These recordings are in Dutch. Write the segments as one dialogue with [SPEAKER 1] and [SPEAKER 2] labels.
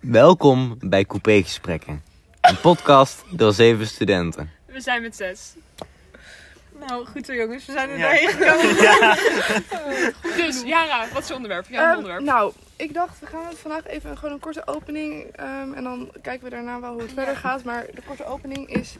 [SPEAKER 1] Welkom bij Coupé Gesprekken. Een podcast door zeven studenten.
[SPEAKER 2] We zijn met zes.
[SPEAKER 3] Nou, goed zo jongens, we zijn er
[SPEAKER 4] Ja.
[SPEAKER 3] doorheen gekomen.
[SPEAKER 2] Dus Jara, wat is je onderwerp? Jouw
[SPEAKER 3] Ehm,
[SPEAKER 2] onderwerp.
[SPEAKER 3] nou, ik dacht, we gaan vandaag even gewoon een korte opening. ehm, en dan kijken we daarna wel hoe het verder gaat. Maar de korte opening is,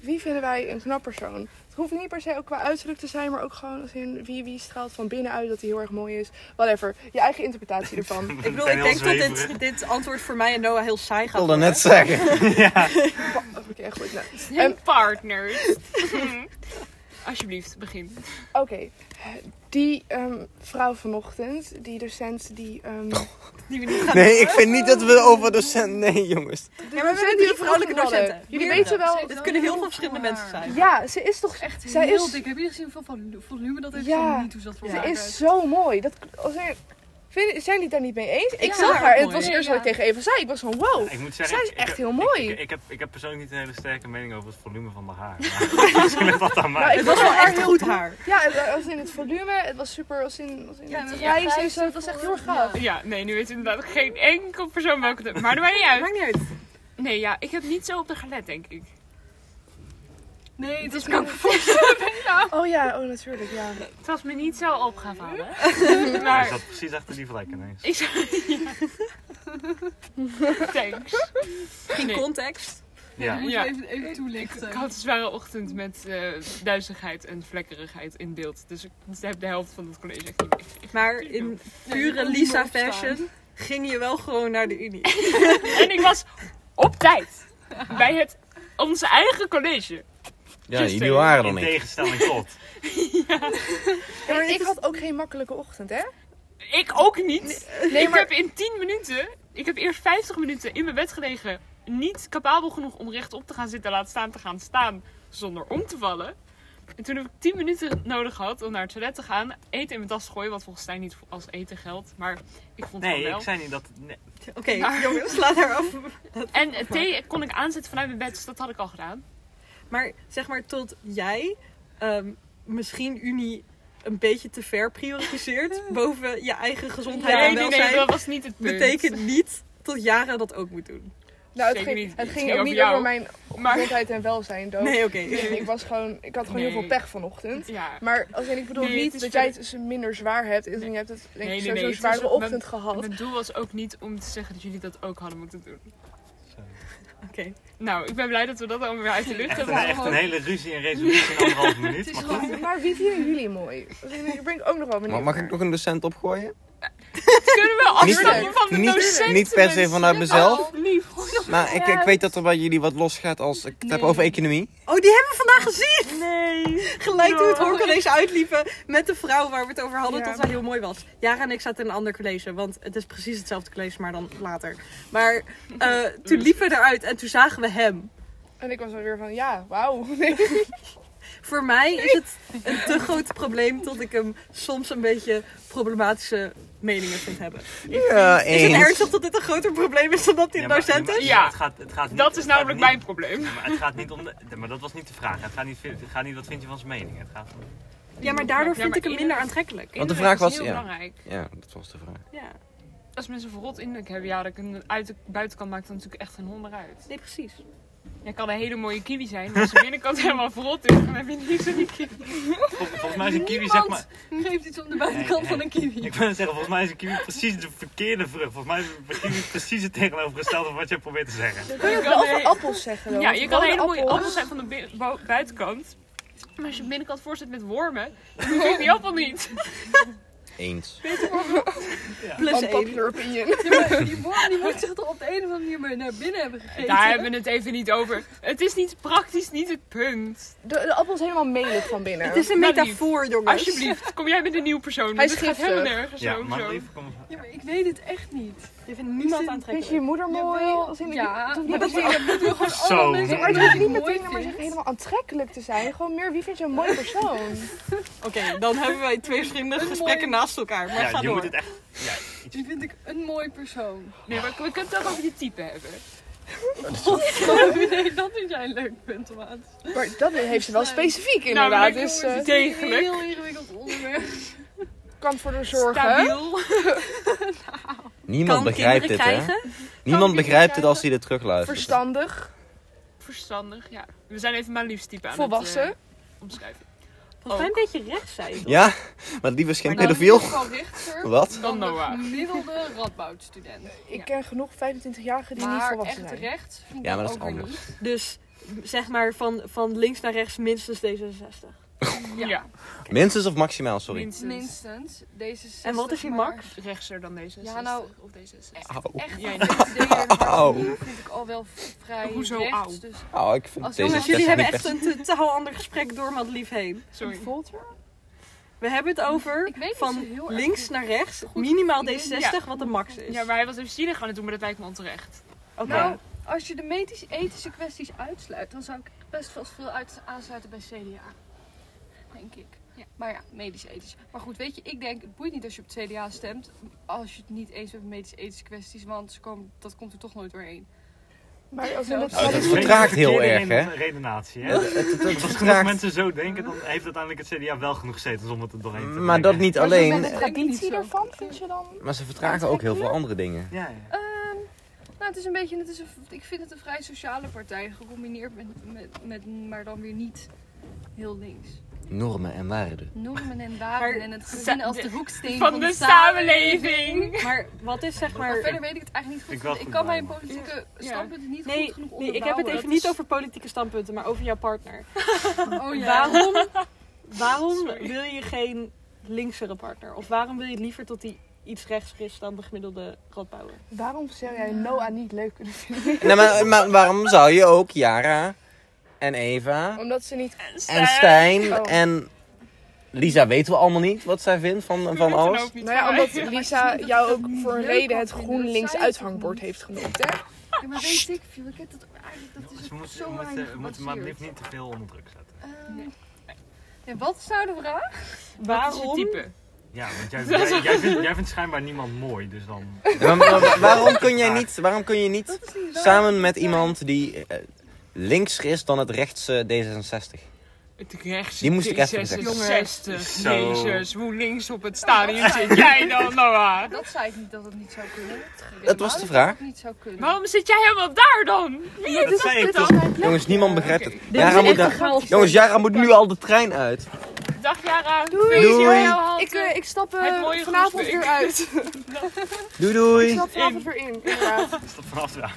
[SPEAKER 3] wie vinden wij een knap persoon? Het hoeft niet per se ook qua uiterlijk te zijn, maar ook gewoon als in wie, wie straalt van binnenuit dat hij heel erg mooi is. Whatever, je eigen interpretatie ervan.
[SPEAKER 4] We
[SPEAKER 3] Ik-
[SPEAKER 4] zijn
[SPEAKER 3] ik
[SPEAKER 4] heel
[SPEAKER 3] wil-
[SPEAKER 4] zweverig.
[SPEAKER 3] ik
[SPEAKER 4] Ja.
[SPEAKER 3] denk-
[SPEAKER 4] dat
[SPEAKER 5] dit, dit antwoord voor mij en Noah heel saai gaat
[SPEAKER 1] wilde
[SPEAKER 5] worden.
[SPEAKER 1] net zeggen.
[SPEAKER 3] oh, Oké, echt goed. Nou,
[SPEAKER 2] Hey, partners. Hm. Alsjeblieft, begin.
[SPEAKER 3] Oké, die ehm, vrouw vanochtend, die docent die... ehm
[SPEAKER 5] Die we niet gaan
[SPEAKER 1] Nee, ik vind niet dat we over docent... Nee, jongens.
[SPEAKER 3] de
[SPEAKER 5] hebben
[SPEAKER 3] docent
[SPEAKER 5] drie
[SPEAKER 3] die we
[SPEAKER 5] vrouwelijke
[SPEAKER 3] vanochtend hadden.
[SPEAKER 5] docenten.
[SPEAKER 3] Jullie
[SPEAKER 5] Meerdere.
[SPEAKER 3] weten wel...
[SPEAKER 2] Oh,
[SPEAKER 5] Dit kunnen heel veel verschillende mensen zijn.
[SPEAKER 3] Ja, ze is toch
[SPEAKER 6] Echt
[SPEAKER 3] Zij
[SPEAKER 6] heel
[SPEAKER 3] is-
[SPEAKER 6] dik. Heb je gezien hoeveel vol- volume dat heeft?
[SPEAKER 3] Ja.
[SPEAKER 6] Ja. Niet hoe ze dat voor
[SPEAKER 3] Ze
[SPEAKER 6] elkaar
[SPEAKER 3] is
[SPEAKER 6] krijgt?
[SPEAKER 3] zo mooi. Dat, als er, vinden, zijn die het daar niet mee eens? Ik
[SPEAKER 5] Ja,
[SPEAKER 3] zag
[SPEAKER 5] erg
[SPEAKER 3] haar en het
[SPEAKER 5] mooi.
[SPEAKER 3] was
[SPEAKER 6] Ja,
[SPEAKER 3] eerst wat
[SPEAKER 6] ja.
[SPEAKER 3] ik tegen Eva zei. Ik was van wow.
[SPEAKER 4] Ik moet zeggen,
[SPEAKER 3] Zij is
[SPEAKER 4] ik-
[SPEAKER 3] echt
[SPEAKER 4] ik-
[SPEAKER 3] heel
[SPEAKER 4] ik-
[SPEAKER 3] mooi.
[SPEAKER 4] Ik, ik, heb, ik heb persoonlijk niet een hele sterke mening over het volume van de haar. Maar misschien ligt dat aan mij.
[SPEAKER 3] Nou, ik
[SPEAKER 5] Het was wel echt goed haar.
[SPEAKER 3] Ja, het- als in het volume. Het was super, als in, als in
[SPEAKER 5] Ja,
[SPEAKER 3] het
[SPEAKER 5] het
[SPEAKER 3] grijs
[SPEAKER 6] grijs
[SPEAKER 3] en zo. Het was echt heel erg
[SPEAKER 6] voor-
[SPEAKER 3] gaaf.
[SPEAKER 2] Ja, nee, nu weet inderdaad geen enkel persoon welke... het- Maar dat maakt niet uit.
[SPEAKER 5] Maakt niet uit.
[SPEAKER 2] Nee, ja, ik heb niet zo op de gelet, denk ik.
[SPEAKER 6] Nee, het is
[SPEAKER 2] kan ik me
[SPEAKER 3] Oh ja, oh natuurlijk, ja.
[SPEAKER 2] Het was me niet zo opgevallen.
[SPEAKER 4] Hij
[SPEAKER 2] Maar
[SPEAKER 4] zat precies achter die vlek ineens.
[SPEAKER 2] ik zou... Ja. Thanks.
[SPEAKER 5] In
[SPEAKER 2] Nee.
[SPEAKER 5] context.
[SPEAKER 4] Ja.
[SPEAKER 6] Moet
[SPEAKER 2] Ja.
[SPEAKER 6] even, even toelichten.
[SPEAKER 2] Ik had een zware ochtend met eh duizigheid en vlekkerigheid in beeld. Dus ik heb de helft van het college echt niet meegekregen.
[SPEAKER 5] Maar in
[SPEAKER 6] kon
[SPEAKER 5] pure
[SPEAKER 6] niet
[SPEAKER 5] Lisa
[SPEAKER 6] meer opstaan.
[SPEAKER 5] fashion ging je wel gewoon naar de unie.
[SPEAKER 2] En ik was op tijd. Bij het, ons eigen college.
[SPEAKER 1] Ja,
[SPEAKER 2] Just
[SPEAKER 1] jullie waren
[SPEAKER 4] In
[SPEAKER 1] dan ik.
[SPEAKER 4] tegenstelling tot.
[SPEAKER 3] En ik had ook geen makkelijke ochtend, hè?
[SPEAKER 2] Ik ook niet.
[SPEAKER 3] Nee,
[SPEAKER 2] ik
[SPEAKER 3] maar
[SPEAKER 2] heb in 10 minuten, ik heb eerst 50 minuten in mijn bed gelegen. Niet capabel genoeg om rechtop te gaan zitten, laat staan te gaan staan zonder om te vallen. En toen heb ik 10 minuten nodig gehad om naar het toilet te gaan. Eten in mijn tas te gooien, wat volgens mij niet als eten geldt. Maar ik vond het
[SPEAKER 4] Nee,
[SPEAKER 2] wel.
[SPEAKER 4] ik zei niet dat... Nee.
[SPEAKER 5] Oké, jongens, laat haar af.
[SPEAKER 2] En eh, thee kon ik aanzetten vanuit mijn bed, dus dat had ik al gedaan.
[SPEAKER 5] Maar zeg maar tot jij ehm, misschien unie een beetje te ver prioritiseert boven je eigen gezondheid
[SPEAKER 2] nee,
[SPEAKER 5] en
[SPEAKER 2] nee,
[SPEAKER 5] welzijn.
[SPEAKER 2] nee, dat was niet het punt.
[SPEAKER 5] betekent niet dat Jara dat ook moet doen.
[SPEAKER 3] nou, het
[SPEAKER 2] zeker
[SPEAKER 3] ging,
[SPEAKER 2] niet.
[SPEAKER 3] het
[SPEAKER 2] Het
[SPEAKER 3] ging
[SPEAKER 2] ging
[SPEAKER 3] ook
[SPEAKER 2] over
[SPEAKER 3] niet over
[SPEAKER 2] jou.
[SPEAKER 3] mijn
[SPEAKER 2] Maar
[SPEAKER 3] gezondheid en welzijn.
[SPEAKER 2] Oh.
[SPEAKER 3] dood.
[SPEAKER 5] Nee, oké.
[SPEAKER 3] Ik was gewoon, ik had gewoon heel
[SPEAKER 2] Nee.
[SPEAKER 3] veel pech vanochtend.
[SPEAKER 2] ja,
[SPEAKER 3] Maar als in, ik bedoel
[SPEAKER 2] Nee, het
[SPEAKER 3] niet
[SPEAKER 2] is
[SPEAKER 3] dat jij
[SPEAKER 2] ver-
[SPEAKER 3] het dus minder zwaar hebt. Ik
[SPEAKER 2] Nee.
[SPEAKER 3] Je hebt het denk ik
[SPEAKER 2] Nee, nee,
[SPEAKER 3] sowieso
[SPEAKER 2] nee,
[SPEAKER 3] een
[SPEAKER 2] het
[SPEAKER 3] zware
[SPEAKER 2] was-
[SPEAKER 3] ochtend gehad.
[SPEAKER 2] mijn doel was ook niet om te zeggen dat jullie dat ook hadden moeten doen.
[SPEAKER 4] Sorry.
[SPEAKER 5] Oké.
[SPEAKER 2] Nou, ik ben blij dat we dat allemaal weer uit de lucht
[SPEAKER 4] Echt een,
[SPEAKER 2] hebben.
[SPEAKER 4] echt een hele ruzie en resolutie in anderhalve minuut. Maar goed.
[SPEAKER 3] Maar, maar wie vinden jullie mooi? Als in, Daar ben ik ook nog wel benieuwd
[SPEAKER 1] Maar mag ik
[SPEAKER 3] naar.
[SPEAKER 1] nog een docent opgooien?
[SPEAKER 2] Kunnen we afstappen van de
[SPEAKER 1] niet-
[SPEAKER 2] docenten?
[SPEAKER 1] niet per se vanuit mezelf.
[SPEAKER 2] Oh, lief. Gooi nog-
[SPEAKER 1] Maar Nou, ik, ik weet dat er bij jullie wat losgaat als ik het heb
[SPEAKER 2] Nee.
[SPEAKER 1] over economie.
[SPEAKER 5] Oh, die hebben we vandaag gezien!
[SPEAKER 2] Nee.
[SPEAKER 5] Gelijk toen we het
[SPEAKER 2] No.
[SPEAKER 5] hoorcollege uitliepen met de vrouw waar we het over hadden,
[SPEAKER 3] Ja.
[SPEAKER 5] dat zij heel mooi was. Jara en ik zaten in een ander college, want het is precies hetzelfde college, maar dan later. Maar eh, toen liepen we eruit en toen zagen we hem.
[SPEAKER 3] En ik was wel weer van, ja, wauw. Nee.
[SPEAKER 5] Voor mij is het een te groot probleem dat ik hem soms een beetje problematische meningen vind hebben.
[SPEAKER 1] Ja,
[SPEAKER 5] Is het
[SPEAKER 1] eens.
[SPEAKER 5] ernstig dat dit een groter probleem is dan dat die
[SPEAKER 4] Ja,
[SPEAKER 5] een
[SPEAKER 4] maar-
[SPEAKER 5] docent is?
[SPEAKER 2] Ja.
[SPEAKER 4] Het gaat, het gaat niet,
[SPEAKER 2] Dat is
[SPEAKER 4] het gaat
[SPEAKER 2] namelijk
[SPEAKER 4] niet-
[SPEAKER 2] mijn probleem.
[SPEAKER 4] Ja, Maar het gaat niet om... De, maar dat was niet de vraag. Het gaat niet, het gaat niet wat vind je van zijn mening. Het gaat om...
[SPEAKER 5] Ja, maar daardoor
[SPEAKER 2] Ja,
[SPEAKER 5] vind
[SPEAKER 2] maar
[SPEAKER 5] ik hem
[SPEAKER 2] in-
[SPEAKER 5] minder aantrekkelijk.
[SPEAKER 1] Want de
[SPEAKER 2] Innerlijk
[SPEAKER 1] vraag
[SPEAKER 2] is
[SPEAKER 1] was-
[SPEAKER 2] heel
[SPEAKER 1] ja.
[SPEAKER 2] belangrijk.
[SPEAKER 1] Ja, dat was de vraag.
[SPEAKER 5] Ja,
[SPEAKER 2] Als mensen verrot innerlijk hebben, ja, dat ik een uit de buitenkant maakt dan natuurlijk echt een hond uit.
[SPEAKER 5] nee, precies.
[SPEAKER 2] Jij kan een hele mooie kiwi zijn, maar als de binnenkant helemaal verrot is, dan heb je niet zo'n kiwi.
[SPEAKER 4] Vol- volgens mij is een kiwi, zeg maar...
[SPEAKER 6] Geeft iets om de buitenkant
[SPEAKER 4] Nee, nee.
[SPEAKER 6] van een kiwi.
[SPEAKER 4] Ik wil zeggen, volgens mij is een kiwi precies de verkeerde vrucht. Volgens mij is een kiwi precies het tegenovergestelde van wat jij probeert te zeggen.
[SPEAKER 3] Kun je het
[SPEAKER 2] kan
[SPEAKER 3] wel over
[SPEAKER 2] heel-
[SPEAKER 3] appels zeggen dan?
[SPEAKER 2] Ja,
[SPEAKER 3] Want
[SPEAKER 2] je kan een hele
[SPEAKER 3] rode
[SPEAKER 2] mooie appel zijn van de bi- bo- buitenkant. Maar als je de binnenkant voor zit met wormen, dan doe je die appel niet.
[SPEAKER 1] Eens.
[SPEAKER 5] Plus één.
[SPEAKER 3] Unpopular opinion.
[SPEAKER 6] Ja, maar die worm die moet zich toch op de een of andere manier maar naar binnen hebben gegeten.
[SPEAKER 2] Daar hebben we het even niet over. Het is niet praktisch niet het punt.
[SPEAKER 3] De, de appel is helemaal melig van binnen.
[SPEAKER 5] Het is een
[SPEAKER 2] Nou, lief.
[SPEAKER 5] metafoor, jongens.
[SPEAKER 2] Alsjeblieft, kom jij met een nieuw persoon.
[SPEAKER 3] Hij
[SPEAKER 2] Dit
[SPEAKER 3] is
[SPEAKER 2] gaat
[SPEAKER 3] giftig.
[SPEAKER 2] helemaal nergens
[SPEAKER 4] Ja,
[SPEAKER 2] over.
[SPEAKER 4] maar liever kom
[SPEAKER 6] Ja, maar ik weet het echt niet.
[SPEAKER 5] Je vindt niemand aantrekkelijk.
[SPEAKER 3] Vind je je moeder mooi?
[SPEAKER 6] Jawel,
[SPEAKER 3] Als in, ik-
[SPEAKER 6] ja,
[SPEAKER 3] het hoeft
[SPEAKER 6] maar
[SPEAKER 3] niet
[SPEAKER 6] dat
[SPEAKER 3] meteen-
[SPEAKER 6] wil dat wil gewoon
[SPEAKER 4] Zo.
[SPEAKER 6] alle mensen
[SPEAKER 4] Nee,
[SPEAKER 3] maar het hoeft niet
[SPEAKER 6] mooi
[SPEAKER 3] meteen maar
[SPEAKER 6] vindt.
[SPEAKER 3] zeggen helemaal aantrekkelijk te zijn. Gewoon meer, wie vind je een mooi persoon?
[SPEAKER 5] Oké, dan hebben wij twee verschillende
[SPEAKER 6] mooie-
[SPEAKER 5] gesprekken naast elkaar. Maar
[SPEAKER 4] Ja,
[SPEAKER 5] ga
[SPEAKER 4] je
[SPEAKER 5] door.
[SPEAKER 4] moet het echt... Ja, iets
[SPEAKER 6] Die vind ik een mooi persoon.
[SPEAKER 2] Nee, maar we kunnen het ook over die type hebben. Nou,
[SPEAKER 6] nee, dat vind jij een leuk punt, maat.
[SPEAKER 3] Maar dat heeft ze wel
[SPEAKER 6] Nee.
[SPEAKER 3] specifiek
[SPEAKER 2] Nou,
[SPEAKER 3] inderdaad.
[SPEAKER 2] maar jongens,
[SPEAKER 3] dus eh,
[SPEAKER 2] dit- Degelijk.
[SPEAKER 6] Een heel ingewikkeld onderwerp.
[SPEAKER 3] kan voor de zorgen.
[SPEAKER 2] Stabiel.
[SPEAKER 1] Niemand begrijpt dit, hè?
[SPEAKER 5] krijgen?
[SPEAKER 1] Niemand begrijpt
[SPEAKER 2] niet
[SPEAKER 1] het
[SPEAKER 2] begrijpen.
[SPEAKER 1] als hij dit terugluistert.
[SPEAKER 3] Verstandig,
[SPEAKER 2] Verstandig, ja. We zijn even mijn liefstype aan
[SPEAKER 3] volwassen.
[SPEAKER 2] het eh, omschrijven.
[SPEAKER 5] Volgens mij een beetje rechts zijn. toch?
[SPEAKER 1] Ja, maar liever is geen
[SPEAKER 6] Maar dan
[SPEAKER 1] pedofiel.
[SPEAKER 6] in ieder geval Richter
[SPEAKER 1] Wat?
[SPEAKER 2] Oh, Dan Noah.
[SPEAKER 6] de gemiddelde radboudstudent.
[SPEAKER 3] Ik ken genoeg 25-jarigen die niet
[SPEAKER 6] Maar
[SPEAKER 3] volwassen
[SPEAKER 6] echt
[SPEAKER 3] zijn.
[SPEAKER 6] rechts. vind ik
[SPEAKER 1] Ja, maar dat is
[SPEAKER 6] ook weer
[SPEAKER 1] anders.
[SPEAKER 6] niet.
[SPEAKER 5] Dus zeg maar van, van links naar rechts minstens D66.
[SPEAKER 2] Ja,
[SPEAKER 1] Minstens of maximaal, sorry.
[SPEAKER 2] minstens.
[SPEAKER 6] Minstens. Deze
[SPEAKER 5] En wat is die
[SPEAKER 6] maar-
[SPEAKER 5] Max?
[SPEAKER 2] Rechtser dan deze.
[SPEAKER 6] Ja, nou-
[SPEAKER 2] Of deze.
[SPEAKER 1] Auw,
[SPEAKER 6] Echt
[SPEAKER 2] Ja,
[SPEAKER 6] ja,
[SPEAKER 2] ja.
[SPEAKER 6] vind ik al wel vrij
[SPEAKER 2] Hoezo
[SPEAKER 6] rechts,
[SPEAKER 2] au?
[SPEAKER 6] Dus
[SPEAKER 1] auw, Oh, ik vind deze
[SPEAKER 5] Jongens,
[SPEAKER 6] Als jongens,
[SPEAKER 1] test
[SPEAKER 5] jullie hebben
[SPEAKER 1] niet
[SPEAKER 5] echt
[SPEAKER 1] per-
[SPEAKER 5] een totaal ander gesprek door me lief heen.
[SPEAKER 2] Sorry.
[SPEAKER 6] Volter?
[SPEAKER 5] We hebben het over
[SPEAKER 6] Ik weet niet zo
[SPEAKER 5] van
[SPEAKER 6] heel erg
[SPEAKER 5] links
[SPEAKER 6] goed.
[SPEAKER 5] naar rechts,
[SPEAKER 6] Goed.
[SPEAKER 5] minimaal
[SPEAKER 6] Ik
[SPEAKER 5] D60,
[SPEAKER 6] weet-
[SPEAKER 2] ja.
[SPEAKER 5] wat de max is.
[SPEAKER 2] Ja, maar hij was even zielig aan het doen, maar dat lijkt me onterecht.
[SPEAKER 5] Oké.
[SPEAKER 6] Nou, als je de metisch- ethische kwesties uitsluit, dan zou ik best wel veel uit- aansluiten bij CDA. Denk ik.
[SPEAKER 2] Ja.
[SPEAKER 6] Maar ja, medisch-ethisch. Maar goed, weet je, ik denk, het boeit niet als je op het CDA stemt, als je het niet eens bent met medisch-ethische kwesties, want ze komen, dat komt er toch nooit doorheen.
[SPEAKER 3] Maar als in dat
[SPEAKER 1] Nou, dat
[SPEAKER 4] is
[SPEAKER 1] is vertraagt heel erg, hè?
[SPEAKER 4] redenatie, hè?
[SPEAKER 1] Het- het- het
[SPEAKER 4] Als genoeg
[SPEAKER 1] vertraagt.
[SPEAKER 4] mensen zo denken, dan heeft uiteindelijk het CDA wel genoeg zetels om het er doorheen te brengen.
[SPEAKER 1] Maar dat niet alleen.
[SPEAKER 6] Maar zo-
[SPEAKER 3] traditie ervan vind je dan?
[SPEAKER 1] Maar ze vertragen ook heel veel andere dingen.
[SPEAKER 4] Ja, ja.
[SPEAKER 6] Ehm, nou, het is een beetje, het is een, ik vind het een vrij sociale partij, gecombineerd met, met, met maar dan weer niet heel links.
[SPEAKER 1] Normen en waarden.
[SPEAKER 6] Normen en waarden
[SPEAKER 5] Maar
[SPEAKER 6] en het
[SPEAKER 2] sa-
[SPEAKER 6] gezin als
[SPEAKER 2] de-
[SPEAKER 6] de hoeksteen
[SPEAKER 2] Van de samenleving!
[SPEAKER 5] Maar wat is zeg
[SPEAKER 6] Maar
[SPEAKER 5] maar...
[SPEAKER 6] verder weet ik het eigenlijk niet
[SPEAKER 4] Ik
[SPEAKER 6] goed.
[SPEAKER 4] wel
[SPEAKER 6] Ik,
[SPEAKER 4] goed
[SPEAKER 6] kan
[SPEAKER 4] bij
[SPEAKER 6] mijn
[SPEAKER 4] me.
[SPEAKER 6] politieke
[SPEAKER 2] Ja.
[SPEAKER 6] standpunten niet
[SPEAKER 5] Nee,
[SPEAKER 6] goed genoeg
[SPEAKER 5] nee,
[SPEAKER 6] onderbouwen.
[SPEAKER 5] ik heb het even
[SPEAKER 6] Dat
[SPEAKER 5] niet
[SPEAKER 6] is-
[SPEAKER 5] over politieke standpunten, maar over jouw partner.
[SPEAKER 6] Oh ja.
[SPEAKER 5] Waarom, waarom wil je geen linksere partner? Of waarom wil je het liever tot die iets rechts is dan de gemiddelde radbouwer?
[SPEAKER 3] Waarom zou jij Noah niet leuk kunnen vinden?
[SPEAKER 1] Nee, maar, maar waarom zou je ook Yara en Eva
[SPEAKER 3] Omdat ze niet...
[SPEAKER 1] en Stijn
[SPEAKER 3] Oh.
[SPEAKER 1] en Lisa weten we allemaal niet wat zij vindt van, van alles?
[SPEAKER 3] Nou ja, omdat Lisa jou ook voor een reden het GroenLinks uithangbord heeft genoemd. Hè?
[SPEAKER 6] Ja, maar weet ik veel. Ik heb dat eigenlijk, dat
[SPEAKER 4] Dus
[SPEAKER 6] is
[SPEAKER 4] we
[SPEAKER 6] ook
[SPEAKER 4] moeten, we
[SPEAKER 6] zo
[SPEAKER 4] moeten,
[SPEAKER 6] weinig
[SPEAKER 4] we moeten maar
[SPEAKER 6] gebaseerd.
[SPEAKER 4] liefst niet te veel onder druk zetten.
[SPEAKER 6] Ehm, ja, wat is nou de vraag?
[SPEAKER 5] Waarom?
[SPEAKER 2] type?
[SPEAKER 4] Ja, want jij, jij, jij, vindt, jij vindt schijnbaar niemand mooi, dus dan...
[SPEAKER 1] Ja, maar- maar waarom kun jij niet, waarom kun je niet samen met iemand die eh, linkser is dan het rechtse D66?
[SPEAKER 2] Het rechts.
[SPEAKER 1] Die moest ik even
[SPEAKER 4] zeggen.
[SPEAKER 2] 66.
[SPEAKER 4] Jongens.
[SPEAKER 2] Jezus, hoe links op het stadion zit jij dan, Noah?
[SPEAKER 6] Dat zei ik niet dat het niet zou kunnen.
[SPEAKER 1] Dat was de vraag.
[SPEAKER 6] Dat het niet zou kunnen.
[SPEAKER 2] Waarom zit jij helemaal daar dan?
[SPEAKER 4] dat zei ik toch.
[SPEAKER 1] Jongens, niemand begrijpt het.
[SPEAKER 5] Dit
[SPEAKER 1] Yara
[SPEAKER 5] is
[SPEAKER 1] moet
[SPEAKER 5] echt
[SPEAKER 1] daar-
[SPEAKER 5] een chaos.
[SPEAKER 1] Jongens, Jara moet nu al de trein uit.
[SPEAKER 2] Dag Jara.
[SPEAKER 3] Doei.
[SPEAKER 2] Feestje
[SPEAKER 1] Doei.
[SPEAKER 2] heel hard.
[SPEAKER 3] Ik, eh, ik stap eh,
[SPEAKER 2] Het mooie
[SPEAKER 3] vanavond
[SPEAKER 2] groepswerk.
[SPEAKER 3] weer uit.
[SPEAKER 1] Doei
[SPEAKER 3] Ik
[SPEAKER 1] doei.
[SPEAKER 3] stap vanavond weer in, inderdaad.
[SPEAKER 4] Is dat vanaf daar?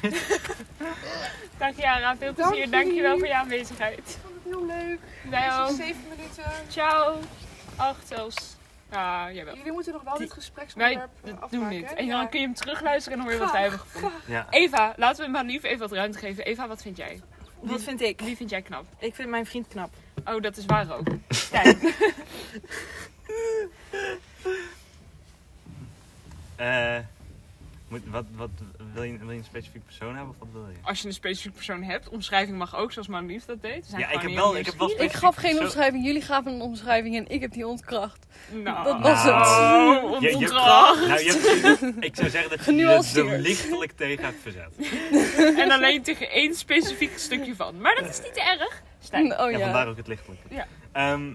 [SPEAKER 2] Dag Jara, veel plezier.
[SPEAKER 3] Dank
[SPEAKER 2] Dankjewel
[SPEAKER 3] jullie.
[SPEAKER 2] voor je aanwezigheid.
[SPEAKER 3] Heel leuk.
[SPEAKER 2] Wij ook.
[SPEAKER 3] Zeven minuten.
[SPEAKER 2] Ciao. Ach, zelfs. Ah, jawel.
[SPEAKER 3] Jullie moeten nog wel dit
[SPEAKER 2] Wij
[SPEAKER 3] gespreksonderwerp eh,
[SPEAKER 2] d-
[SPEAKER 3] afmaken.
[SPEAKER 2] doen dit.
[SPEAKER 3] hè?
[SPEAKER 2] En
[SPEAKER 3] Ja.
[SPEAKER 2] dan kun je hem terugluisteren en dan hoor je wat wij hebben gevonden.
[SPEAKER 4] Ja.
[SPEAKER 2] Eva, laten we maar lief even wat ruimte geven. Eva, wat vind jij?
[SPEAKER 5] Wat vind ik?
[SPEAKER 2] Wie vind jij knap?
[SPEAKER 5] Ik vind mijn vriend knap.
[SPEAKER 2] Oh, dat is waar ook. Stijn.
[SPEAKER 4] Eh, moet, wat, wat, wil, je, wil je een specifiek persoon hebben of wat wil je?
[SPEAKER 2] Als je een specifieke persoon hebt, omschrijving mag ook, zoals mijn lief dat deed. We zijn
[SPEAKER 4] Ja, ik
[SPEAKER 2] gewoon
[SPEAKER 4] heb
[SPEAKER 2] heel
[SPEAKER 4] wel, ik heb wel
[SPEAKER 6] Ik
[SPEAKER 4] specifiek
[SPEAKER 6] gaf geen
[SPEAKER 4] persoon-
[SPEAKER 6] omschrijving, jullie gaven een omschrijving en ik heb die ontkracht.
[SPEAKER 2] nieuwsgierig. Nou,
[SPEAKER 6] Dat was het.
[SPEAKER 2] Oh,
[SPEAKER 4] Je- je-
[SPEAKER 2] ontkracht.
[SPEAKER 4] Nou, je hebt- ik zou zeggen dat je je er
[SPEAKER 6] Genuanceerd.
[SPEAKER 4] lichtelijk tegen hebt verzet.
[SPEAKER 2] En alleen tegen één specifiek stukje van. Maar dat is niet erg. Stijn.
[SPEAKER 6] Oh
[SPEAKER 4] ja,
[SPEAKER 6] ja.
[SPEAKER 4] vandaar ook het lichtelijk.
[SPEAKER 2] Ja.
[SPEAKER 4] Ehm,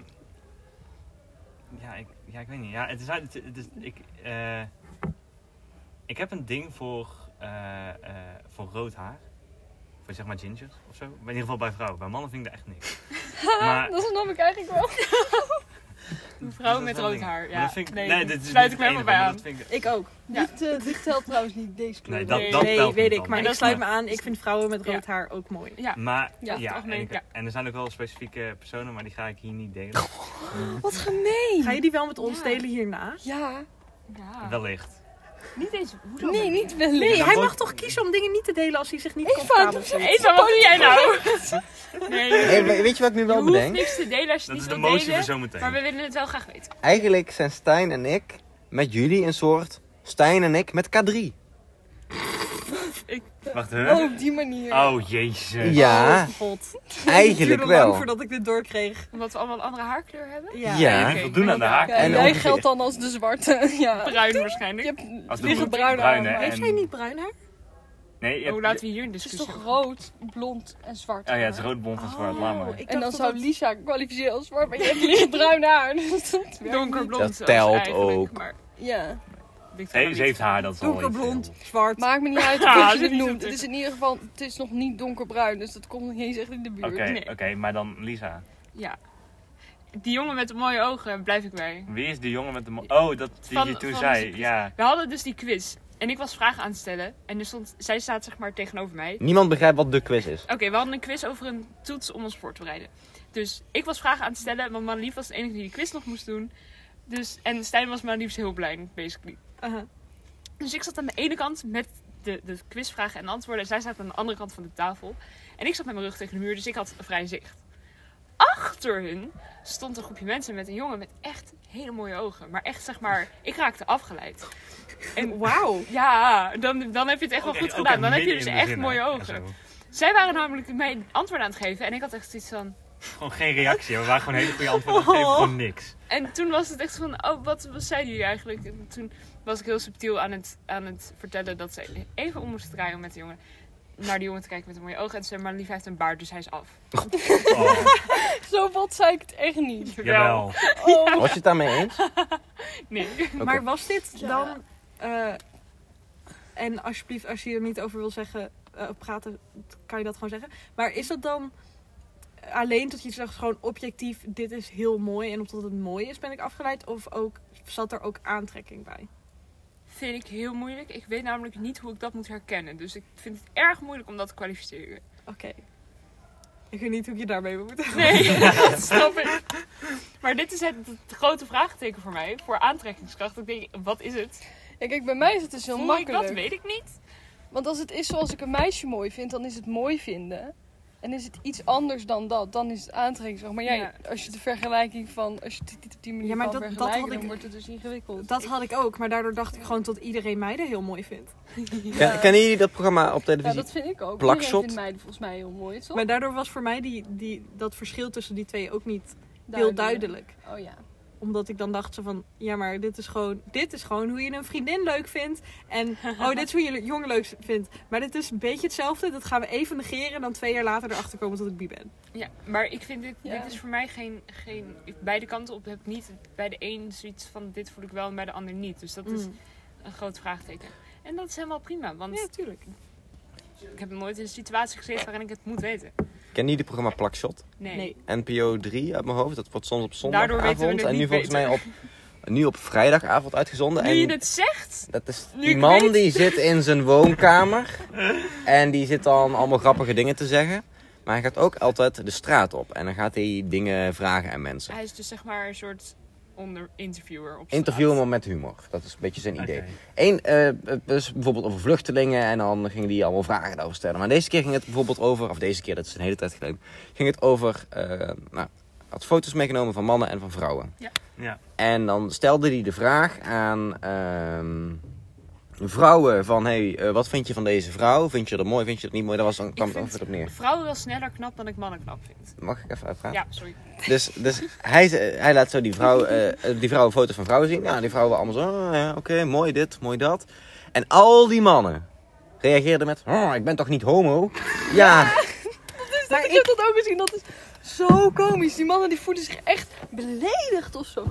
[SPEAKER 4] ja, ik, ja, ik weet niet. Ja, het is, het, het is, ik, eh, ik heb een ding voor, eh, eh, voor rood haar. Voor zeg maar gingers of zo. Maar in ieder geval bij vrouwen. Bij mannen vind ik dat echt niks. Maar dus
[SPEAKER 6] Dat snap ik eigenlijk wel.
[SPEAKER 2] Een
[SPEAKER 4] dat is
[SPEAKER 2] vrouw met
[SPEAKER 4] wel
[SPEAKER 2] rood
[SPEAKER 4] ding.
[SPEAKER 2] haar.
[SPEAKER 4] Maar
[SPEAKER 2] Ja,
[SPEAKER 4] dat vind ik,
[SPEAKER 2] nee,
[SPEAKER 4] nee, dit is
[SPEAKER 2] sluit ik
[SPEAKER 4] niet
[SPEAKER 2] me
[SPEAKER 4] het
[SPEAKER 2] helemaal bij
[SPEAKER 4] enige, maar
[SPEAKER 2] aan.
[SPEAKER 4] dat vind
[SPEAKER 5] Ik
[SPEAKER 4] ik-
[SPEAKER 5] ook.
[SPEAKER 6] Ja. Dit, eh, dit telt trouwens niet, deze kleur.
[SPEAKER 4] Nee, dat,
[SPEAKER 2] Nee.
[SPEAKER 4] dat
[SPEAKER 5] nee,
[SPEAKER 4] telt
[SPEAKER 5] weet
[SPEAKER 4] niet
[SPEAKER 5] ik.
[SPEAKER 4] dan.
[SPEAKER 5] Maar
[SPEAKER 2] Nee.
[SPEAKER 5] ik sluit me aan. Ik vind vrouwen met rood
[SPEAKER 2] Ja.
[SPEAKER 5] haar ook mooi.
[SPEAKER 4] Maar
[SPEAKER 6] Ja,
[SPEAKER 4] ja,
[SPEAKER 6] het
[SPEAKER 2] algemeen,
[SPEAKER 4] en, ik-
[SPEAKER 2] ja.
[SPEAKER 4] en er zijn ook wel specifieke personen, maar die ga ik hier niet delen.
[SPEAKER 6] Wat gemeen.
[SPEAKER 5] Ga je die wel met ons
[SPEAKER 6] Ja.
[SPEAKER 5] delen hierna?
[SPEAKER 6] Ja.
[SPEAKER 2] Ja.
[SPEAKER 4] Wellicht.
[SPEAKER 2] Niet eens. Hoe dan?
[SPEAKER 6] Nee, niet wellicht.
[SPEAKER 5] Nee, hij
[SPEAKER 4] dan
[SPEAKER 5] mag
[SPEAKER 4] ook-
[SPEAKER 5] toch kiezen om dingen niet te delen als hij zich niet
[SPEAKER 6] Eva,
[SPEAKER 5] comfortabel
[SPEAKER 6] doe
[SPEAKER 5] voelt.
[SPEAKER 2] Eva, Oh, wat doe jij nou? Nee,
[SPEAKER 1] Hey, we- weet je wat ik nu
[SPEAKER 2] je
[SPEAKER 1] wel
[SPEAKER 2] hoeft
[SPEAKER 1] bedenk?
[SPEAKER 2] niks te delen als je
[SPEAKER 4] Dat
[SPEAKER 2] het
[SPEAKER 4] is
[SPEAKER 2] niet
[SPEAKER 4] de
[SPEAKER 2] wilt
[SPEAKER 4] motie voor
[SPEAKER 2] delen.
[SPEAKER 4] zometeen.
[SPEAKER 2] Maar we willen het wel graag weten.
[SPEAKER 1] Eigenlijk zijn Stijn en ik met jullie een soort Stijn en ik met K3.
[SPEAKER 4] Wacht, hè?
[SPEAKER 6] Oh, op die manier.
[SPEAKER 4] Oh, jezus.
[SPEAKER 1] Ja,
[SPEAKER 5] God.
[SPEAKER 2] Oh.
[SPEAKER 5] Het
[SPEAKER 1] eigenlijk
[SPEAKER 5] duurde lang
[SPEAKER 1] wel.
[SPEAKER 5] voordat ik dit doorkreeg.
[SPEAKER 2] Omdat we allemaal een andere haarkleur hebben.
[SPEAKER 5] Ja.
[SPEAKER 1] Ja.
[SPEAKER 2] Oké.
[SPEAKER 4] Wat doen aan de haak?
[SPEAKER 6] Ja,
[SPEAKER 1] En
[SPEAKER 6] jij
[SPEAKER 1] ongeveer.
[SPEAKER 6] geldt dan als de zwarte. Ja.
[SPEAKER 2] Bruin
[SPEAKER 6] Je
[SPEAKER 2] waarschijnlijk.
[SPEAKER 6] hebt
[SPEAKER 4] Als de
[SPEAKER 6] liggen
[SPEAKER 4] broer-
[SPEAKER 6] bruine
[SPEAKER 4] bruine,
[SPEAKER 6] aan, maar
[SPEAKER 4] hè?
[SPEAKER 6] het
[SPEAKER 5] Heeft hij niet bruin haar?
[SPEAKER 4] Nee, je
[SPEAKER 2] Hoe
[SPEAKER 4] hebt-
[SPEAKER 2] Oh, laten we hier een
[SPEAKER 6] is
[SPEAKER 2] discussie
[SPEAKER 6] toch
[SPEAKER 2] over?
[SPEAKER 6] rood, blond en zwart.
[SPEAKER 4] Oh ja, het is rood, bont en zwart.
[SPEAKER 2] Oh,
[SPEAKER 4] Laat maar.
[SPEAKER 5] Oh, ik
[SPEAKER 6] En dan
[SPEAKER 5] dacht
[SPEAKER 6] zou
[SPEAKER 5] dat-
[SPEAKER 6] Lisa kwalificeren als zwart, maar je hebt lichtbruin haar. Dus dat werkt niet.
[SPEAKER 2] Donkerblond.
[SPEAKER 1] Dat
[SPEAKER 2] zelfs
[SPEAKER 1] telt
[SPEAKER 2] eigenlijk,
[SPEAKER 1] ook.
[SPEAKER 2] Maar
[SPEAKER 6] Ja.
[SPEAKER 2] ligt
[SPEAKER 4] Nee,
[SPEAKER 2] eraan
[SPEAKER 4] ze
[SPEAKER 2] wie-
[SPEAKER 4] heeft haar, dat is al iets
[SPEAKER 5] Donkerblond,
[SPEAKER 4] heel-
[SPEAKER 5] zwart.
[SPEAKER 6] Maakt me niet uit
[SPEAKER 2] Ah,
[SPEAKER 6] wat je
[SPEAKER 2] dit
[SPEAKER 6] het
[SPEAKER 2] is
[SPEAKER 6] noemt.
[SPEAKER 2] het.
[SPEAKER 6] Het is in ieder geval, het is nog niet donkerbruin, dus dat komt nog niet eens echt in de buurt.
[SPEAKER 4] Oké,
[SPEAKER 2] Nee.
[SPEAKER 4] oké, maar dan Lisa.
[SPEAKER 2] Ja. Die jongen met de mooie ogen blijf ik bij.
[SPEAKER 4] Wie is die jongen met de... mo- Oh, dat die
[SPEAKER 2] Van-
[SPEAKER 4] je toen
[SPEAKER 2] van
[SPEAKER 4] zei.
[SPEAKER 2] onze-
[SPEAKER 4] Ja.
[SPEAKER 2] We hadden dus die quiz. En ik was vragen aan het stellen. En dus stond, zij staat zeg maar tegenover mij.
[SPEAKER 1] Niemand begrijpt wat de quiz is.
[SPEAKER 2] Oké, we hadden een quiz over een toets om ons voor te bereiden. Dus ik was vragen aan het stellen, want Manlief was de enige die die quiz nog moest doen. Dus, en Stijn was Manlief's heel blij, basically.
[SPEAKER 5] Aha.
[SPEAKER 2] Dus ik zat aan de ene kant met de, de quizvragen en antwoorden. En zij zat aan de andere kant van de tafel. En ik zat met mijn rug tegen de muur, dus ik had vrij zicht. Achter hun stond een groepje mensen met een jongen met echt hele mooie ogen. Maar echt zeg maar, ik raakte afgeleid. En
[SPEAKER 5] Wauw.
[SPEAKER 2] ja, dan, dan heb je het echt wel
[SPEAKER 4] Oké,
[SPEAKER 2] goed
[SPEAKER 4] ook
[SPEAKER 2] gedaan. Dan heb je
[SPEAKER 4] midden
[SPEAKER 2] dus
[SPEAKER 4] in de
[SPEAKER 2] echt
[SPEAKER 4] zinnen
[SPEAKER 2] mooie
[SPEAKER 4] en
[SPEAKER 2] ogen.
[SPEAKER 4] zo.
[SPEAKER 2] Zij waren namelijk mij antwoord aan het geven en ik had echt zoiets van.
[SPEAKER 4] Gewoon geen reactie. We waren gewoon hele goede antwoorden.
[SPEAKER 2] Oh.
[SPEAKER 4] We geven gewoon niks.
[SPEAKER 2] En toen was het echt van, oh, wat, wat zeiden jullie eigenlijk? En toen was ik heel subtiel aan het, aan het vertellen dat ze even om moest draaien om met de jongen. Naar die jongen te kijken met de mooie ogen. En ze zei, maar lief hij heeft een baard, dus hij is af.
[SPEAKER 4] Oh,
[SPEAKER 6] Zo bot zei ik het echt niet. Oh.
[SPEAKER 4] jawel.
[SPEAKER 1] Was je het daarmee eens?
[SPEAKER 2] Nee.
[SPEAKER 1] Oké.
[SPEAKER 5] Maar was dit dan... eh, en alsjeblieft, als je er niet over wil zeggen, eh, praten, kan je dat gewoon zeggen. Maar is dat dan alleen dat je zegt gewoon objectief, dit is heel mooi en omdat het mooi is ben ik afgeleid? Of ook, zat er ook aantrekking bij?
[SPEAKER 2] Vind ik heel moeilijk. Ik weet namelijk niet hoe ik dat moet herkennen. Dus ik vind het erg moeilijk om dat te kwalificeren.
[SPEAKER 5] Oké. Ik weet niet hoe ik je daarmee moet.
[SPEAKER 2] Nee, dat snap ik. Maar dit is het, het grote vraagteken voor mij, voor aantrekkingskracht. Ik denk, wat is het?
[SPEAKER 6] Ja, kijk, bij mij is het dus heel
[SPEAKER 2] Voel ik
[SPEAKER 6] makkelijk.
[SPEAKER 2] dat? Weet ik niet.
[SPEAKER 6] Want als het is zoals ik een meisje mooi vind, dan is het mooi vinden. En is het iets anders dan dat, dan is het aantrekkingskracht. Maar ja,
[SPEAKER 2] Ja.
[SPEAKER 6] als je de vergelijking van, als je het niet op die manier
[SPEAKER 5] Ja, maar
[SPEAKER 6] kan
[SPEAKER 5] dat- dat
[SPEAKER 6] vergelijken,
[SPEAKER 5] had ik-
[SPEAKER 6] dan wordt het dus ingewikkeld.
[SPEAKER 5] Dat had ik ook, maar daardoor dacht ik gewoon dat iedereen meiden heel mooi vindt.
[SPEAKER 1] Ken- Kennen jullie dat programma op
[SPEAKER 6] ja,
[SPEAKER 1] televisie?
[SPEAKER 6] dat vind ik ook.
[SPEAKER 1] Plakshot.
[SPEAKER 6] Iedereen vindt meiden volgens mij heel mooi, toch?
[SPEAKER 5] Maar daardoor was voor mij die, die, dat verschil tussen die twee ook niet heel duidelijk.
[SPEAKER 6] Oh ja.
[SPEAKER 5] Omdat ik dan dacht zo van, ja maar dit is gewoon, dit is gewoon hoe je een vriendin leuk vindt. En oh, dit is hoe je een jongen leuk vindt. Maar dit is een beetje hetzelfde. Dat gaan we even negeren en dan twee jaar later erachter komen dat ik bi ben.
[SPEAKER 2] Ja, maar ik vind dit,
[SPEAKER 6] Ja.
[SPEAKER 2] dit is voor mij geen, geen, ik- beide kanten op heb ik niet bij de een zoiets van dit voel ik wel en bij de ander niet. Dus dat is
[SPEAKER 5] Mm.
[SPEAKER 2] een groot vraagteken. En dat is helemaal prima, want
[SPEAKER 5] Ja, tuurlijk.
[SPEAKER 2] ik heb nooit in een situatie gezeten waarin ik het moet weten.
[SPEAKER 1] Ken jullie het programma Plakshot?
[SPEAKER 2] Nee.
[SPEAKER 5] Nee.
[SPEAKER 1] NPO 3 uit mijn hoofd. Dat wordt soms op
[SPEAKER 2] Daardoor weten we
[SPEAKER 1] zondagavond.
[SPEAKER 2] het
[SPEAKER 1] En nu
[SPEAKER 2] niet
[SPEAKER 1] volgens mij op, nu op vrijdagavond uitgezonden.
[SPEAKER 2] Nu
[SPEAKER 1] en
[SPEAKER 2] je het zegt,
[SPEAKER 1] Dat is
[SPEAKER 2] Nu
[SPEAKER 1] die
[SPEAKER 2] ik
[SPEAKER 1] man
[SPEAKER 2] weet.
[SPEAKER 1] die zit in zijn woonkamer. En die zit dan allemaal grappige dingen te zeggen. Maar hij gaat ook altijd de straat op. En dan gaat hij dingen vragen aan mensen.
[SPEAKER 2] hij is dus zeg maar een soort onder interviewer op
[SPEAKER 1] Interview
[SPEAKER 2] straat.
[SPEAKER 1] hem met humor. Dat is een beetje zijn idee.
[SPEAKER 4] Oké.
[SPEAKER 1] Eén, eh, het was bijvoorbeeld over vluchtelingen. En dan ging hij allemaal vragen daarover stellen. Maar deze keer ging het bijvoorbeeld over... Of deze keer, dat is een hele tijd geleden. Ging het over... eh, nou, hij had foto's meegenomen van mannen en van vrouwen.
[SPEAKER 4] Ja.
[SPEAKER 1] En dan stelde hij de vraag aan ehm, vrouwen van... Hey, eh, wat vind je van deze vrouw? Vind je dat mooi? Vind je dat niet mooi? Daar was dan, kwam het
[SPEAKER 2] vind-
[SPEAKER 1] antwoord op neer.
[SPEAKER 2] Vrouwen wel sneller knap dan ik mannen knap vind.
[SPEAKER 1] Mag ik even uitpraten?
[SPEAKER 2] Ja, sorry.
[SPEAKER 1] Dus, dus hij, ze- hij laat zo die vrouw, eh, eh, die vrouwen foto's van vrouwen zien. Nou, die vrouwen allemaal zo... "Oh, ja, Oké, mooi dit, mooi dat. En al die mannen reageerden met... Oh, ik ben toch niet homo? Ja,
[SPEAKER 5] Maar
[SPEAKER 6] ik heb dat ook gezien, dat is zo komisch. Die mannen die voelen zich echt beledigd of zo.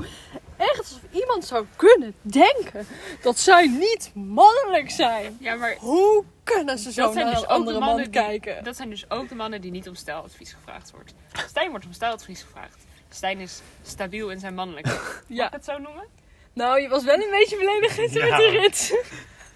[SPEAKER 6] Echt alsof iemand zou kunnen denken dat zij niet mannelijk zijn.
[SPEAKER 2] Ja, maar
[SPEAKER 6] Hoe kunnen ze zo
[SPEAKER 2] dat
[SPEAKER 6] naar
[SPEAKER 2] zijn,
[SPEAKER 6] een
[SPEAKER 2] dus ook de
[SPEAKER 6] andere man
[SPEAKER 2] mannen die,
[SPEAKER 6] kijken?
[SPEAKER 2] dat zijn dus ook de mannen die niet om stijladvies gevraagd wordt. Stijn wordt om stijladvies gevraagd. Stijn is stabiel in zijn mannelijkheid. Mag
[SPEAKER 6] Ja.
[SPEAKER 2] ik het zo noemmen?
[SPEAKER 6] Nou, je was wel een beetje beledigend
[SPEAKER 4] Ja.
[SPEAKER 6] met die rits.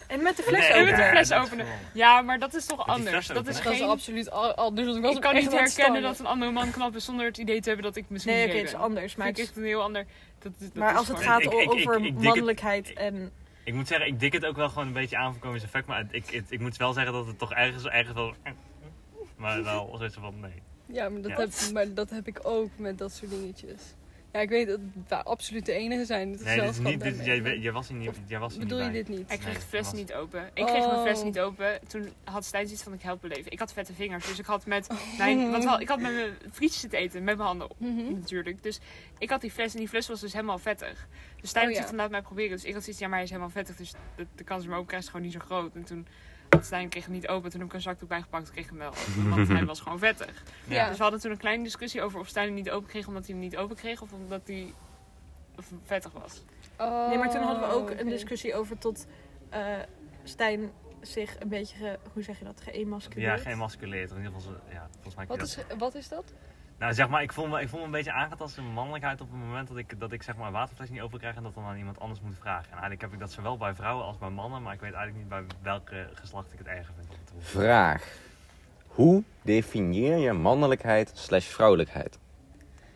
[SPEAKER 5] En met de
[SPEAKER 4] Nee,
[SPEAKER 5] fles
[SPEAKER 2] en
[SPEAKER 5] ook.
[SPEAKER 2] met de
[SPEAKER 4] ja,
[SPEAKER 2] fles
[SPEAKER 4] dat is
[SPEAKER 2] openen.
[SPEAKER 4] wel-
[SPEAKER 2] Ja, maar dat is toch anders.
[SPEAKER 4] fles
[SPEAKER 2] Dat is
[SPEAKER 4] openen.
[SPEAKER 6] Dat is
[SPEAKER 2] geen...
[SPEAKER 6] absoluut al, al- dus ik was
[SPEAKER 2] Ik kan
[SPEAKER 6] echt
[SPEAKER 2] niet
[SPEAKER 6] aan het
[SPEAKER 2] herkennen dat
[SPEAKER 6] stammen.
[SPEAKER 2] een andere man knap is zonder het idee te hebben dat ik misschien
[SPEAKER 5] Nee, oké,
[SPEAKER 2] gay
[SPEAKER 5] het is
[SPEAKER 2] ben.
[SPEAKER 5] anders. Maar,
[SPEAKER 2] Vind ik
[SPEAKER 5] het is-
[SPEAKER 2] echt een heel ander... Dat, dat
[SPEAKER 5] maar
[SPEAKER 2] is
[SPEAKER 5] als het
[SPEAKER 2] gewoon-
[SPEAKER 5] gaat
[SPEAKER 4] Ik- ik- ik- ik-
[SPEAKER 5] over
[SPEAKER 4] ik dik het-
[SPEAKER 5] mannelijkheid en...
[SPEAKER 4] Ik moet zeggen, ik dik het ook wel gewoon een beetje aan voor komisch effect. Maar het- ik, het- ik moet wel zeggen dat het toch ergens, ergens wel... Maar wel zoiets van, nee.
[SPEAKER 6] Ja, maar dat,
[SPEAKER 4] Ja.
[SPEAKER 6] Heb, maar dat heb ik ook met dat soort dingetjes. Ja, ik weet dat we absoluut de enige zijn. Dat
[SPEAKER 4] Nee, dit is
[SPEAKER 6] zelfs
[SPEAKER 4] niet...
[SPEAKER 6] kan
[SPEAKER 4] Dit,
[SPEAKER 6] daarmee.
[SPEAKER 4] jij, jij was hier niet, jij was hier
[SPEAKER 6] Bedoel je
[SPEAKER 4] niet bij.
[SPEAKER 6] dit niet?
[SPEAKER 2] Hij kreeg
[SPEAKER 4] Nee,
[SPEAKER 2] de fles
[SPEAKER 4] was-
[SPEAKER 2] niet open. Ik kreeg mijn fles
[SPEAKER 6] Oh.
[SPEAKER 2] niet open. Toen had Stijn zoiets van ik help beleven. Ik had vette vingers, dus ik had met
[SPEAKER 5] Oh.
[SPEAKER 2] mijn, want wel, ik had met mijn frietjes zitten eten met mijn handen op,
[SPEAKER 6] Mhm.
[SPEAKER 2] natuurlijk. Dus ik had die fles en die fles was dus helemaal vettig. Dus Stijn had
[SPEAKER 6] Oh, ja.
[SPEAKER 2] zoiets van laat mij proberen. Dus ik had zoiets ja maar hij is helemaal vettig, dus de, de kans om hem open te krijgen is gewoon niet zo groot. En toen had Stijn kreeg hem niet open. Toen heb ik een zakdoek bijgepakt, toen kreeg ik hem wel open, want hij was gewoon vettig.
[SPEAKER 6] Ja.
[SPEAKER 2] Dus we hadden toen een kleine discussie over of Stijn hem niet open kreeg omdat hij hem niet open kreeg of omdat hij of vettig was.
[SPEAKER 5] Nee, maar toen hadden we
[SPEAKER 6] Oh,
[SPEAKER 3] Oh,
[SPEAKER 5] ook een discussie over tot eh, Stijn zich een beetje, ge- hoe zeg je dat, geëmasculeerd.
[SPEAKER 4] Ja, geëmasculeerd. In ieder geval, zo- ja, volgens mij.
[SPEAKER 6] Wat
[SPEAKER 4] dat-
[SPEAKER 6] is, wat is dat?
[SPEAKER 4] Nou, zeg maar, ik voel, me, ik voel me een beetje aangetast in mijn mannelijkheid op het moment dat ik, dat ik zeg maar een waterfles niet overkrijg en dat dan aan iemand anders moet vragen. En eigenlijk heb ik dat zowel bij vrouwen als bij mannen, maar ik weet eigenlijk niet bij welke geslacht ik het erger vind. om het te horen.
[SPEAKER 1] Vraag. Hoe definieer je mannelijkheid slash vrouwelijkheid?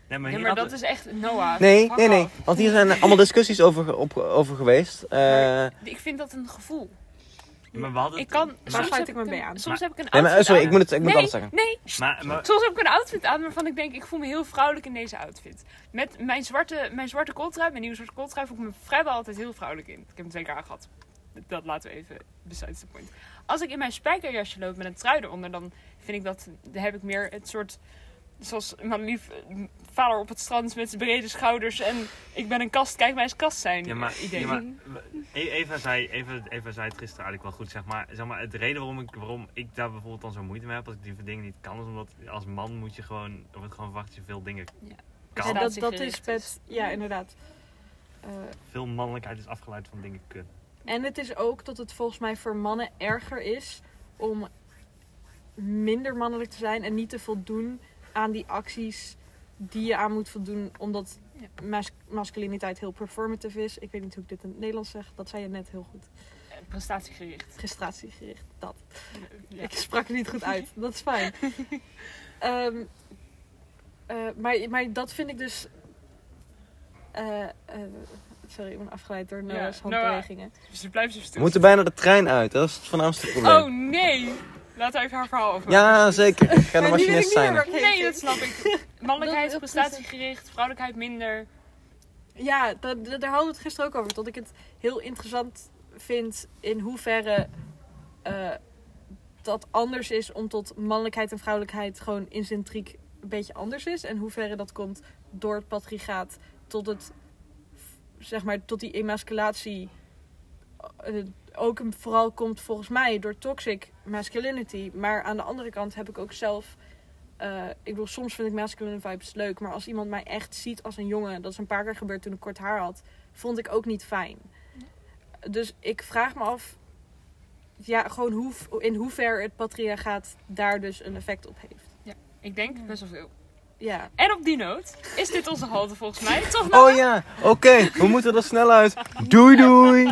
[SPEAKER 4] Nee, maar,
[SPEAKER 2] Ja,
[SPEAKER 4] hier
[SPEAKER 2] maar
[SPEAKER 4] hadden-
[SPEAKER 2] dat is echt Noah.
[SPEAKER 1] Nee,
[SPEAKER 2] fuck
[SPEAKER 1] nee, nee.
[SPEAKER 2] off.
[SPEAKER 1] Want hier zijn allemaal discussies over, op, over geweest. Eh,
[SPEAKER 2] Maar Ik vind dat een gevoel.
[SPEAKER 4] maar we hadden
[SPEAKER 2] Ik
[SPEAKER 4] toen-
[SPEAKER 2] kan. soms
[SPEAKER 5] sluit
[SPEAKER 2] heb
[SPEAKER 5] ik me bij
[SPEAKER 2] een-
[SPEAKER 5] aan.
[SPEAKER 2] Soms heb ik een
[SPEAKER 1] nee,
[SPEAKER 2] outfit
[SPEAKER 1] maar eh, sorry,
[SPEAKER 2] aan.
[SPEAKER 1] ik moet het ik moet
[SPEAKER 2] nee,
[SPEAKER 1] anders zeggen.
[SPEAKER 2] Nee, sst.
[SPEAKER 4] Maar, maar,
[SPEAKER 2] soms heb ik een outfit aan waarvan ik denk, ik voel me heel vrouwelijk in deze outfit. Met mijn zwarte, mijn zwarte kooltrui, mijn nieuwe zwarte kooltrui, voel ik me vrijwel altijd heel vrouwelijk in. Ik heb hem twee keer aangehad. Dat laten we even besides the point. Als ik in mijn spijkerjasje loop met een trui eronder, dan vind ik dat, dan heb ik meer het soort, zoals mijn lief eh, vader op het strand met zijn brede schouders en ik ben een kast, kijk mij eens kast zijn
[SPEAKER 4] Ja, maar,
[SPEAKER 2] eh, idee.
[SPEAKER 4] ja, maar we- E- Eva, zei, Eva, Eva zei het gisteren eigenlijk wel goed, zeg maar. Zeg maar de reden waarom ik, waarom ik daar bijvoorbeeld dan zo moeite mee heb, als ik die dingen niet kan, is omdat als man moet je gewoon, er wordt gewoon verwacht dat je veel dingen
[SPEAKER 2] Ja.
[SPEAKER 4] kan.
[SPEAKER 5] Ja, Dus dat, dat is
[SPEAKER 2] Prestatiegericht
[SPEAKER 5] best, ja inderdaad. Eh,
[SPEAKER 4] Veel mannelijkheid is afgeleid van dingen kunnen.
[SPEAKER 5] en het is ook dat het volgens mij voor mannen erger is om minder mannelijk te zijn en niet te voldoen aan die acties die je aan moet voldoen, omdat mas- masculiniteit heel performative is. Ik weet niet hoe ik dit in het Nederlands zeg, dat zei je net heel goed.
[SPEAKER 2] Eh, Prestatiegericht.
[SPEAKER 5] Gestratiegericht, dat.
[SPEAKER 2] Ja.
[SPEAKER 5] Ik sprak het niet goed uit. Dat is fijn. Ehm, eh, maar, maar dat vind ik dus. eh, eh, sorry, ik ben afgeleid door Noah's
[SPEAKER 2] Ja,
[SPEAKER 5] handbewegingen.
[SPEAKER 2] Dus je blijft zo
[SPEAKER 1] We
[SPEAKER 2] stil.
[SPEAKER 1] moeten bijna de trein uit, dat is het voornaamste probleem.
[SPEAKER 2] Oh nee! Laat haar even haar verhaal over.
[SPEAKER 1] ja, zeker. Ik ga de
[SPEAKER 5] Maar nu weet ik
[SPEAKER 1] machinist
[SPEAKER 5] niet meer
[SPEAKER 1] zijn.
[SPEAKER 5] waar ik heen
[SPEAKER 2] Nee,
[SPEAKER 5] ging.
[SPEAKER 2] dat snap ik. Mannelijkheid,
[SPEAKER 6] Dat- dat-
[SPEAKER 2] prestatiegericht, vrouwelijkheid minder.
[SPEAKER 5] Ja, da- da- daar hadden we het gisteren ook over. Dat ik het heel interessant vind in hoeverre eh, dat anders is om tot mannelijkheid en vrouwelijkheid gewoon intrinsiek een beetje anders is. En hoeverre dat komt door het patriarchaat tot het, zeg maar, tot die emasculatie. eh, ook een- vooral komt volgens mij door toxic masculinity. Maar aan de andere kant heb ik ook zelf eh, ik bedoel, soms vind ik masculine vibes leuk. Maar als iemand mij echt ziet als een jongen, dat is een paar keer gebeurd toen ik kort haar had, vond ik ook niet fijn. Dus ik vraag me af, ja, gewoon hoe, in hoever het patriarchaat daar dus een effect op heeft.
[SPEAKER 2] Ik denk best wel veel.
[SPEAKER 5] Ja.
[SPEAKER 2] En op die noot is dit onze halte volgens mij. Toch nog?
[SPEAKER 1] Oh ja, oké, we moeten er snel uit. Doei doei.